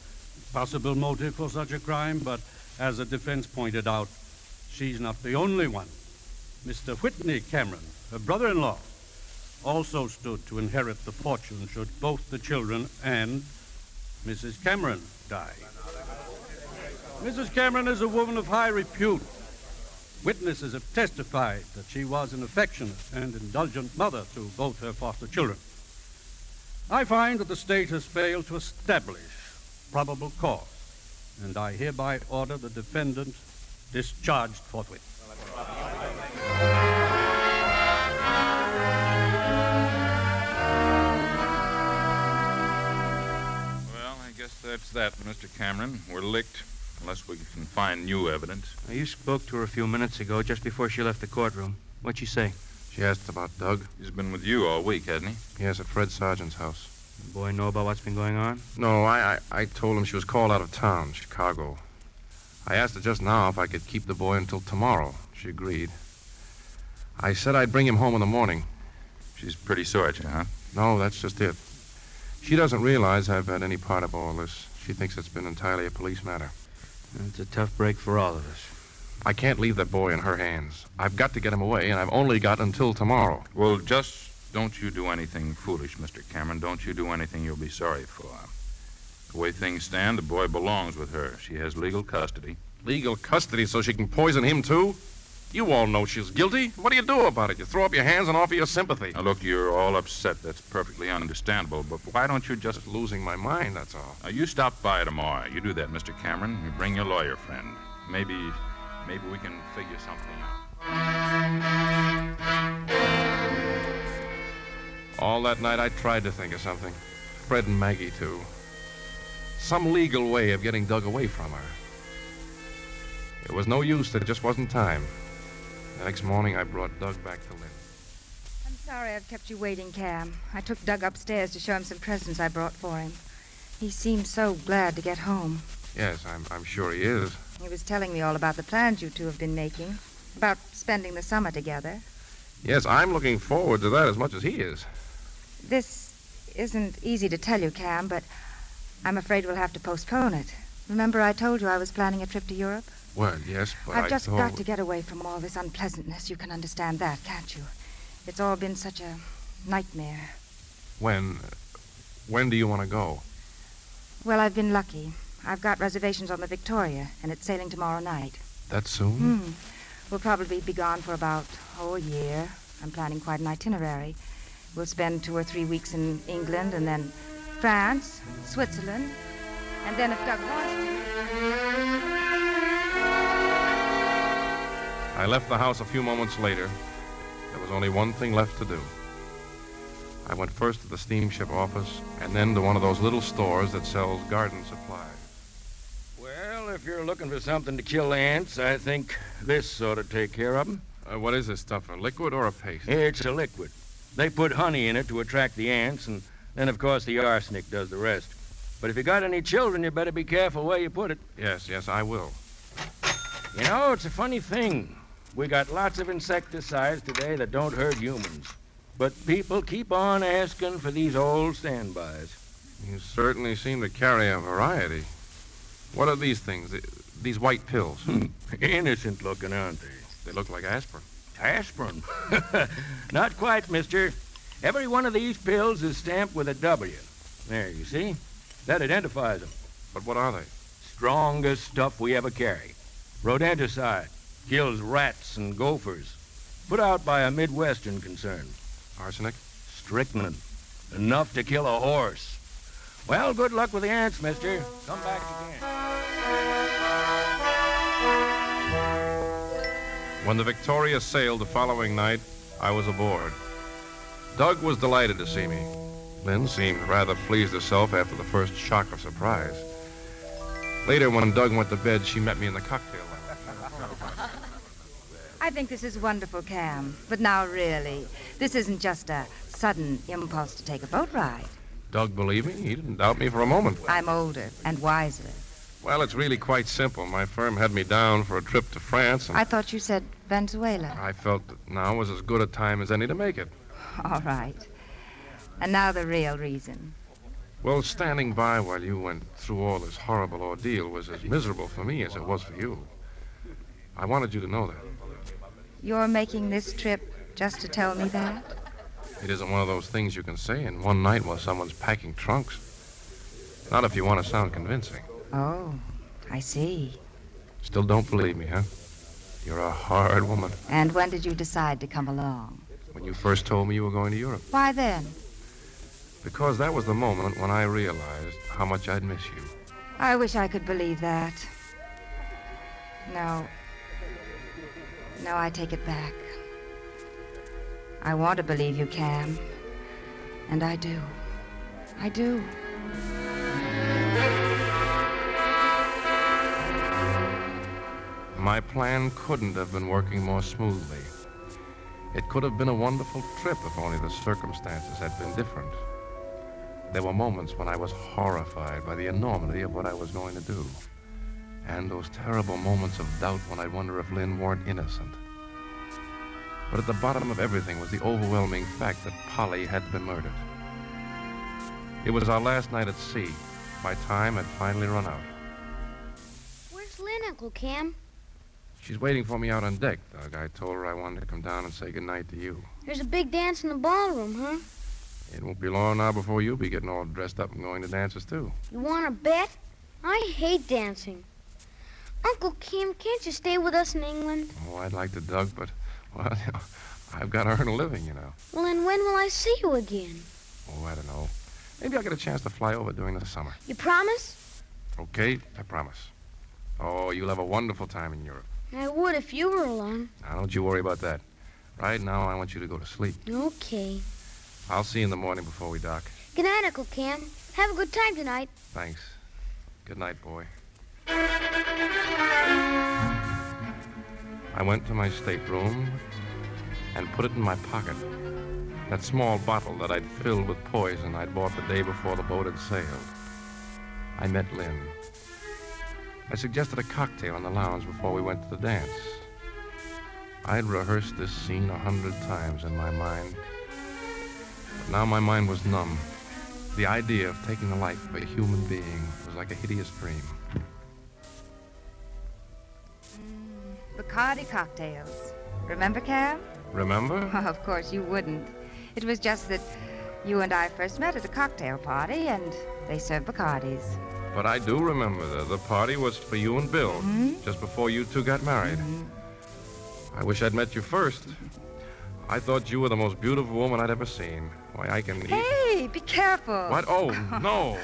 Speaker 13: possible motive for such a crime, but as the defense pointed out, she's not the only one. Mr. Whitney Cameron, her brother in law, also stood to inherit the fortune should both the children and Mrs. Cameron die. Mrs. Cameron is a woman of high repute. Witnesses have testified that she was an affectionate and indulgent mother to both her foster children. I find that the state has failed to establish probable cause, and I hereby order the defendant discharged forthwith.
Speaker 9: Well, I guess that's that, Mr. Cameron. We're licked, unless we can find new evidence.
Speaker 10: Now, you spoke to her a few minutes ago, just before she left the courtroom. What'd she say?
Speaker 1: She asked about Doug.
Speaker 9: He's been with you all week, hasn't he?
Speaker 1: Yes, at Fred Sargent's house.
Speaker 10: The boy know about what's been going on?
Speaker 1: No, I, I, I told him she was called out of town, Chicago. I asked her just now if I could keep the boy until tomorrow. She agreed. I said I'd bring him home in the morning. She
Speaker 9: She's pretty sore at you, huh?
Speaker 1: No, that's just it. She doesn't realize I've had any part of all this. She thinks it's been entirely a police matter.
Speaker 10: It's a tough break for all of us.
Speaker 1: I can't leave that boy in her hands. I've got to get him away, and I've only got until tomorrow.
Speaker 9: Well, just don't you do anything foolish, Mr. Cameron. Don't you do anything you'll be sorry for. The way things stand, the boy belongs with her. She has legal custody.
Speaker 1: Legal custody so she can poison him, too? You all know she's guilty. What do you do about it? You throw up your hands and offer your sympathy.
Speaker 9: Now, look, you're all upset. That's perfectly understandable. But why don't you just.
Speaker 1: losing my mind, that's all.
Speaker 9: Now, you stop by tomorrow. You do that, Mr. Cameron. You bring your lawyer friend. Maybe. Maybe we can figure something out.
Speaker 1: All that night, I tried to think of something. Fred and Maggie, too. Some legal way of getting Doug away from her. It was no use. There just wasn't time. The next morning, I brought Doug back to Lynn.
Speaker 3: I'm sorry I've kept you waiting, Cam. I took Doug upstairs to show him some presents I brought for him. He seemed so glad to get home.
Speaker 1: Yes, I'm, I'm sure he is.
Speaker 3: He was telling me all about the plans you two have been making, about spending the summer together.
Speaker 1: Yes, I'm looking forward to that as much as he is.
Speaker 3: This isn't easy to tell you, Cam, but I'm afraid we'll have to postpone it. Remember, I told you I was planning a trip to Europe?
Speaker 1: Well, yes, but
Speaker 3: I've just
Speaker 1: I thought...
Speaker 3: got to get away from all this unpleasantness. You can understand that, can't you? It's all been such a nightmare.
Speaker 1: When, when do you want to go?
Speaker 3: Well, I've been lucky. I've got reservations on the Victoria, and it's sailing tomorrow night.
Speaker 1: That soon?
Speaker 3: Hmm. We'll probably be gone for about oh a year. I'm planning quite an itinerary. We'll spend two or three weeks in England, and then France, Switzerland, and then if Doug wants to.
Speaker 1: I left the house a few moments later. There was only one thing left to do. I went first to the steamship office and then to one of those little stores that sells garden supplies.
Speaker 14: Well, if you're looking for something to kill ants, I think this ought to take care of them.
Speaker 1: Uh, what is this stuff, a liquid or a paste?
Speaker 14: It's a liquid. They put honey in it to attract the ants, and then, of course, the arsenic does the rest. But if you got any children, you better be careful where you put it.
Speaker 1: Yes, yes, I will.
Speaker 14: You know, it's a funny thing. We got lots of insecticides today that don't hurt humans. But people keep on asking for these old standbys.
Speaker 1: You certainly seem to carry a variety. What are these things? These white pills?
Speaker 14: Hmm. [laughs] Innocent looking, aren't they?
Speaker 1: They look like aspirin.
Speaker 14: Aspirin? [laughs] Not quite, mister. Every one of these pills is stamped with a W. There, you see? That identifies them.
Speaker 1: But what are they?
Speaker 14: Strongest stuff we ever carry. Rodenticide kills rats and gophers. Put out by a Midwestern concern.
Speaker 1: Arsenic?
Speaker 14: Strychnine. Enough to kill a horse. Well, good luck with the ants, mister. Come back again.
Speaker 1: When the Victoria sailed the following night, I was aboard. Doug was delighted to see me. Lynn seemed rather pleased herself after the first shock of surprise. Later, when Doug went to bed, she met me in the cocktail
Speaker 3: I think this is wonderful, Cam. But now, really, this isn't just a sudden impulse to take a boat ride.
Speaker 1: Doug believed me. He didn't doubt me for a moment.
Speaker 3: I'm older and wiser.
Speaker 1: Well, it's really quite simple. My firm had me down for a trip to France.
Speaker 3: I thought you said Venezuela.
Speaker 1: I felt that now was as good a time as any to make it.
Speaker 3: All right. And now the real reason.
Speaker 1: Well, standing by while you went through all this horrible ordeal was as miserable for me as it was for you. I wanted you to know that.
Speaker 3: You're making this trip just to tell me that?
Speaker 1: It isn't one of those things you can say in one night while someone's packing trunks. Not if you want to sound convincing.
Speaker 3: Oh, I see.
Speaker 1: Still don't believe me, huh? You're a hard woman.
Speaker 3: And when did you decide to come along?
Speaker 1: When you first told me you were going to Europe.
Speaker 3: Why then?
Speaker 1: Because that was the moment when I realized how much I'd miss you.
Speaker 3: I wish I could believe that. No, no, I take it back. I want to believe you, Cam. And I do. I do.
Speaker 1: My plan couldn't have been working more smoothly. It could have been a wonderful trip if only the circumstances had been different. There were moments when I was horrified by the enormity of what I was going to do. And those terrible moments of doubt when I wonder if Lynn weren't innocent. But at the bottom of everything was the overwhelming fact that Polly had been murdered. It was our last night at sea. My time had finally run out.
Speaker 4: Where's Lynn, Uncle Cam?
Speaker 1: She's waiting for me out on deck, Doug. I told her I wanted to come down and say goodnight to you.
Speaker 4: There's a big dance in the ballroom, huh?
Speaker 1: It won't be long now before you'll be getting all dressed up and going to dances, too.
Speaker 4: You want to bet? I hate dancing. Uncle Cam, can't you stay with us in England?
Speaker 1: Oh, I'd like to, Doug, but, [laughs] well, I've got to earn a living, you know.
Speaker 4: Well, then when will I see you again?
Speaker 1: Oh, I don't know. Maybe I'll get a chance to fly over during the summer.
Speaker 4: You promise?
Speaker 1: Okay, I promise. Oh, you'll have a wonderful time in Europe.
Speaker 4: I would if you were along.
Speaker 1: Now, don't you worry about that. Right now, I want you to go to sleep.
Speaker 4: Okay.
Speaker 1: I'll see you in the morning before we dock.
Speaker 4: Good night, Uncle Cam. Have a good time tonight.
Speaker 1: Thanks. Good night, boy. I went to my stateroom and put it in my pocket. That small bottle that I'd filled with poison I'd bought the day before the boat had sailed. I met Lynn. I suggested a cocktail in the lounge before we went to the dance. I'd rehearsed this scene a hundred times in my mind. But now my mind was numb. The idea of taking the life of a human being was like a hideous dream.
Speaker 3: Bacardi cocktails. Remember, Cam?
Speaker 1: Remember?
Speaker 3: of course, you wouldn't. It was just that you and I first met at a cocktail party, and they served Bacardis.
Speaker 1: But I do remember the, the party was for you and Bill,
Speaker 3: Hmm?
Speaker 1: just before you two got married. I wish I'd met you first. I thought you were the most beautiful woman I'd ever seen. Why, I can eat.
Speaker 3: Hey, be careful.
Speaker 1: What?
Speaker 3: [laughs]
Speaker 1: Oh, no.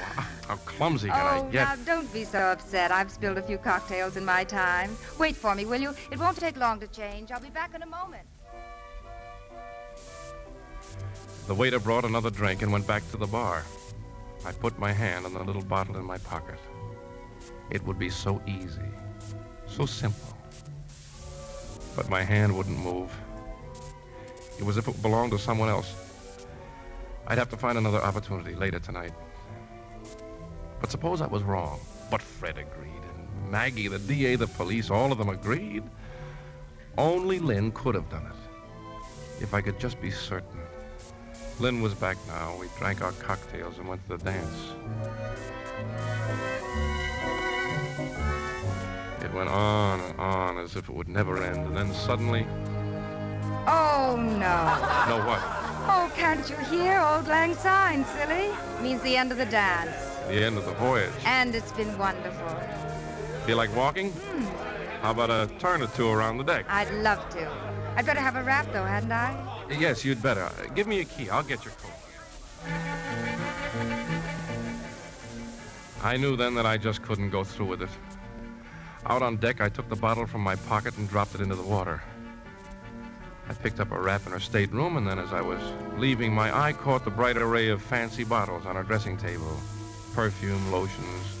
Speaker 1: How clumsy can
Speaker 3: Oh,
Speaker 1: I get?
Speaker 3: now don't be so upset. I've spilled a few cocktails in my time. Wait for me, will you? It won't take long to change. I'll be back in a moment.
Speaker 1: The waiter brought another drink and went back to the bar. I put my hand on the little bottle in my pocket. It would be so easy, so simple. But my hand wouldn't move. It was as if it belonged to someone else. I'd have to find another opportunity later tonight. But suppose I was wrong. But Fred agreed, and Maggie, the DA, the police, all of them agreed. Only Lynn could have done it. If I could just be certain. Lynn was back now. We drank our cocktails and went to the dance. It went on and on as if it would never end, and then suddenly.
Speaker 3: Oh, [laughs] no.
Speaker 1: No, what?
Speaker 3: Oh, can't you hear Old Lang Syne, silly? Means the end of the dance.
Speaker 1: The end of the voyage.
Speaker 3: And it's been wonderful.
Speaker 1: Feel like walking? How about a turn or two around the deck?
Speaker 3: I'd love to. I'd better have a wrap, though, hadn't I?
Speaker 1: Yes, you'd better. Uh, Give me a key. I'll get your coat. I knew then that I just couldn't go through with it. Out on deck, I took the bottle from my pocket and dropped it into the water. I picked up a wrap in her stateroom, and then as I was leaving, my eye caught the bright array of fancy bottles on her dressing table perfume, lotions.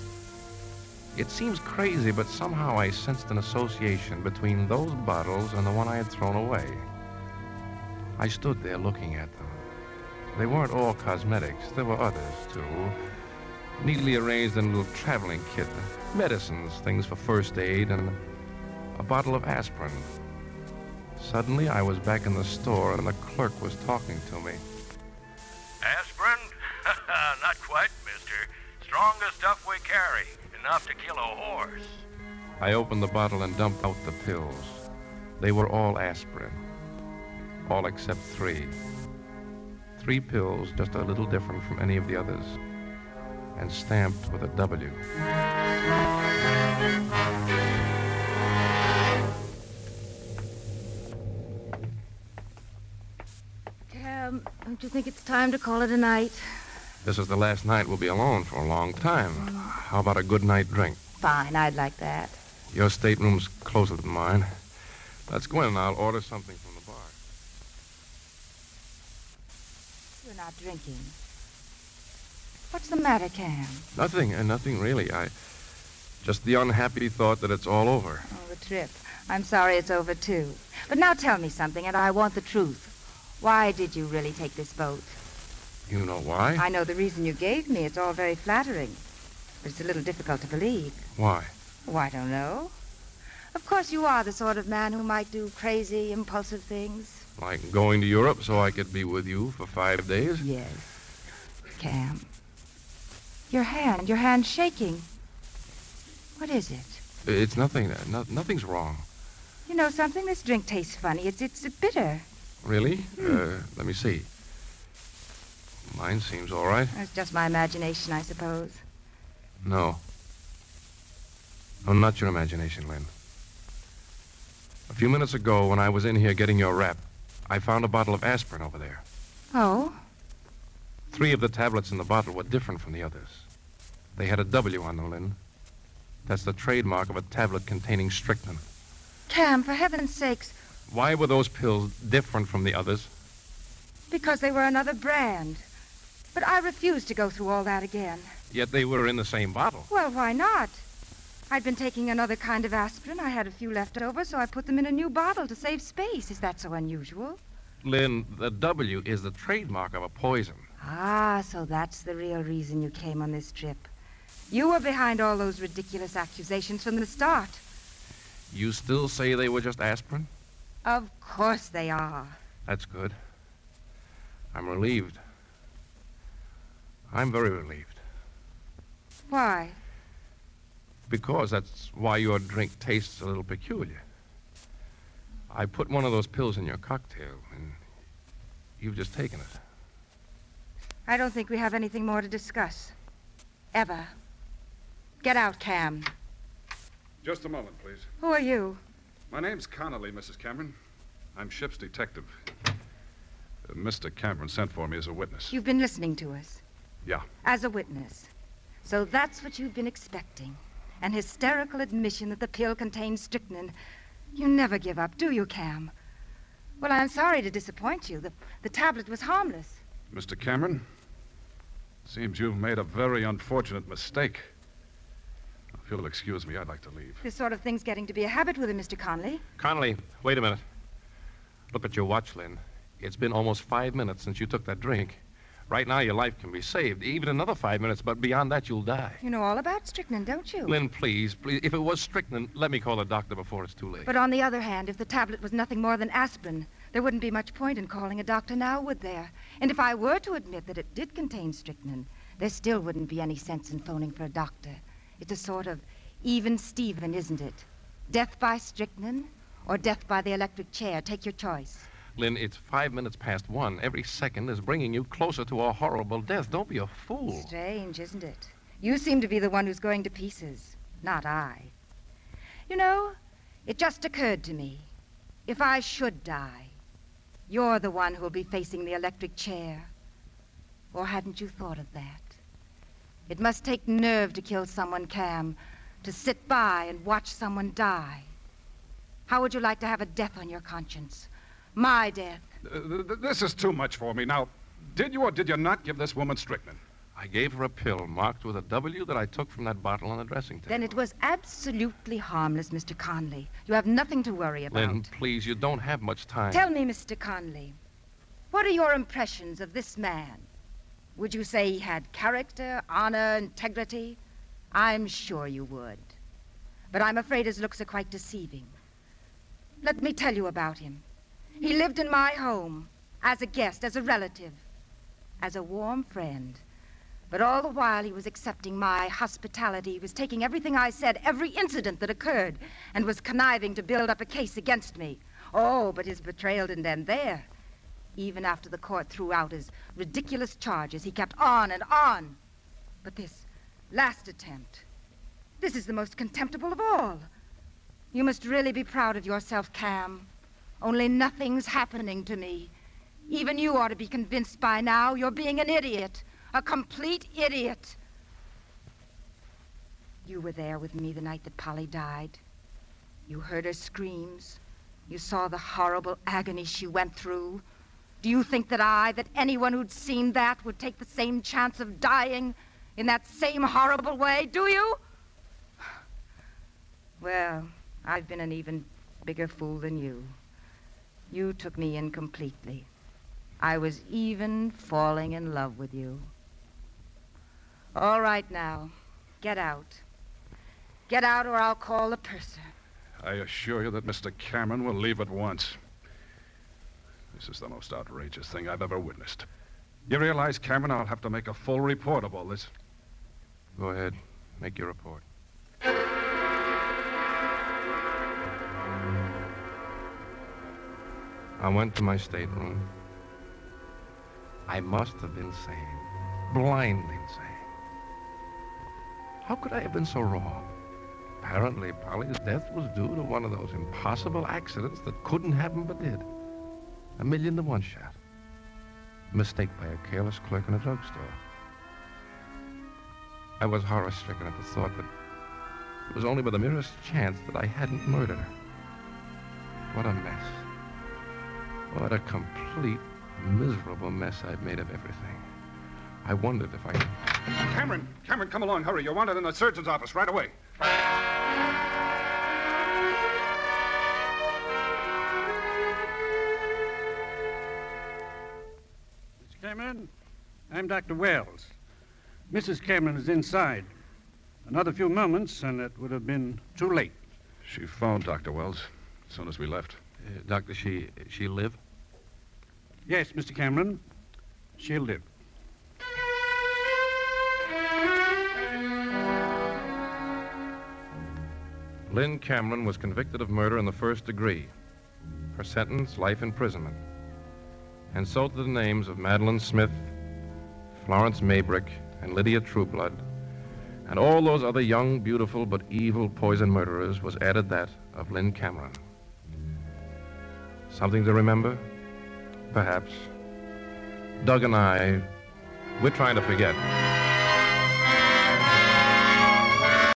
Speaker 1: It seems crazy, but somehow I sensed an association between those bottles and the one I had thrown away. I stood there looking at them. They weren't all cosmetics. There were others, too. Neatly arranged in a little traveling kit. Medicines, things for first aid, and a bottle of aspirin. Suddenly, I was back in the store, and the clerk was talking to me.
Speaker 15: Aspirin? [laughs] Not quite, mister. Strongest stuff we carry. Enough to kill a horse.
Speaker 1: I opened the bottle and dumped out the pills. They were all aspirin. All except three. Three pills, just a little different from any of the others, and stamped with a W.
Speaker 3: Cam, Um, don't you think it's time to call it a night?
Speaker 1: This is the last night we'll be alone for a long time. How about a good night drink?
Speaker 3: Fine, I'd like that.
Speaker 1: Your stateroom's closer than mine. Let's go in and I'll order something from the bar.
Speaker 3: You're not drinking. What's the matter, Cam?
Speaker 1: Nothing, uh, nothing really. I. Just the unhappy thought that it's all over.
Speaker 3: Oh, the trip. I'm sorry it's over, too. But now tell me something, and I want the truth. Why did you really take this boat?
Speaker 1: You know why?
Speaker 3: I know the reason you gave me. It's all very flattering. But it's a little difficult to believe.
Speaker 1: Why?
Speaker 3: Oh, I don't know. Of course, you are the sort of man who might do crazy, impulsive things.
Speaker 1: Like going to Europe so I could be with you for five days?
Speaker 3: Yes. Cam. Your hand, your hand shaking. What is it?
Speaker 1: It's nothing. uh, No, nothing's wrong.
Speaker 3: You know something? This drink tastes funny. It's it's bitter.
Speaker 1: Really?
Speaker 3: Mm.
Speaker 1: Uh, let me see. Mine seems all right.
Speaker 3: It's just my imagination, I suppose.
Speaker 1: No. No, not your imagination, Lynn. A few minutes ago, when I was in here getting your wrap, I found a bottle of aspirin over there.
Speaker 3: Oh,
Speaker 1: Three of the tablets in the bottle were different from the others. They had a W on them, Lynn. That's the trademark of a tablet containing strychnine.
Speaker 3: Cam, for heaven's sakes,
Speaker 1: Why were those pills different from the others?
Speaker 3: because they were another brand. But I refused to go through all that again.
Speaker 1: Yet they were in the same bottle.
Speaker 3: Well, why not? I'd been taking another kind of aspirin. I had a few left over, so I put them in a new bottle to save space. Is that so unusual?
Speaker 1: Lynn, the W is the trademark of a poison.
Speaker 3: Ah, so that's the real reason you came on this trip. You were behind all those ridiculous accusations from the start.
Speaker 1: You still say they were just aspirin?
Speaker 3: Of course they are.
Speaker 1: That's good. I'm relieved. I'm very relieved.
Speaker 3: Why?
Speaker 1: Because that's why your drink tastes a little peculiar. I put one of those pills in your cocktail, and you've just taken it.
Speaker 3: I don't think we have anything more to discuss. Ever. Get out, Cam.
Speaker 16: Just a moment, please.
Speaker 3: Who are you?
Speaker 16: My name's Connolly, Mrs. Cameron. I'm ship's detective. Uh, Mr. Cameron sent for me as a witness.
Speaker 3: You've been listening to us.
Speaker 16: Yeah.
Speaker 3: As a witness. So that's what you've been expecting. An hysterical admission that the pill contains strychnine. You never give up, do you, Cam? Well, I'm sorry to disappoint you. The, the tablet was harmless.
Speaker 16: Mr. Cameron, seems you've made a very unfortunate mistake. If you'll excuse me, I'd like to leave.
Speaker 3: This sort of thing's getting to be a habit with him, Mr. Conley.
Speaker 1: Connolly, wait a minute. Look at your watch, Lynn. It's been almost five minutes since you took that drink. Right now, your life can be saved. Even another five minutes, but beyond that, you'll die.
Speaker 3: You know all about strychnine, don't you?
Speaker 1: Lynn, please, please. If it was strychnine, let me call a doctor before it's too late.
Speaker 3: But on the other hand, if the tablet was nothing more than aspirin, there wouldn't be much point in calling a doctor now, would there? And if I were to admit that it did contain strychnine, there still wouldn't be any sense in phoning for a doctor. It's a sort of even Steven, isn't it? Death by strychnine or death by the electric chair. Take your choice.
Speaker 1: Lynn, it's five minutes past one. Every second is bringing you closer to a horrible death. Don't be a fool.
Speaker 3: Strange, isn't it? You seem to be the one who's going to pieces, not I. You know, it just occurred to me. If I should die, you're the one who'll be facing the electric chair. Or hadn't you thought of that? It must take nerve to kill someone, Cam, to sit by and watch someone die. How would you like to have a death on your conscience? My death.
Speaker 16: Uh, th- th- this is too much for me. Now, did you or did you not give this woman strychnine?
Speaker 1: I gave her a pill marked with a W that I took from that bottle on the dressing table.
Speaker 3: Then it was absolutely harmless, Mr. Conley. You have nothing to worry about.
Speaker 1: Lynn, please, you don't have much time.
Speaker 3: Tell me, Mr. Conley, what are your impressions of this man? Would you say he had character, honor, integrity? I'm sure you would. But I'm afraid his looks are quite deceiving. Let me tell you about him. He lived in my home as a guest, as a relative, as a warm friend. But all the while he was accepting my hospitality, he was taking everything I said, every incident that occurred, and was conniving to build up a case against me. Oh, but his betrayal didn't end there. Even after the court threw out his ridiculous charges, he kept on and on. But this last attempt, this is the most contemptible of all. You must really be proud of yourself, Cam. Only nothing's happening to me. Even you ought to be convinced by now you're being an idiot, a complete idiot. You were there with me the night that Polly died. You heard her screams. You saw the horrible agony she went through. Do you think that I, that anyone who'd seen that, would take the same chance of dying in that same horrible way? Do you? Well, I've been an even bigger fool than you. You took me in completely. I was even falling in love with you. All right now, get out. Get out, or I'll call the purser.
Speaker 16: I assure you that Mr. Cameron will leave at once. This is the most outrageous thing I've ever witnessed. You realize, Cameron, I'll have to make a full report of all this.
Speaker 1: Go ahead. Make your report. I went to my stateroom. I must have been sane. Blindly insane. How could I have been so wrong? Apparently, Polly's death was due to one of those impossible accidents that couldn't happen but did. A million to one shot. Mistake by a careless clerk in a drugstore. I was horror stricken at the thought that it was only by the merest chance that I hadn't murdered her. What a mess. What a complete, miserable mess I'd made of everything. I wondered if I.
Speaker 16: Cameron, Cameron, come along, hurry. You're wanted in the surgeon's office right away.
Speaker 13: Mr. Cameron, I'm Dr. Wells. Mrs. Cameron is inside. Another few moments, and it would have been too late.
Speaker 16: She phoned Dr. Wells as soon as we left.
Speaker 1: Uh, doctor, she she live?
Speaker 13: Yes, Mr. Cameron, she'll live.
Speaker 1: Lynn Cameron was convicted of murder in the first degree. Her sentence, life imprisonment. And so to the names of Madeline Smith, Florence Maybrick, and Lydia Trueblood, and all those other young, beautiful, but evil poison murderers, was added that of Lynn Cameron. Something to remember? Perhaps. Doug and I, we're trying to forget.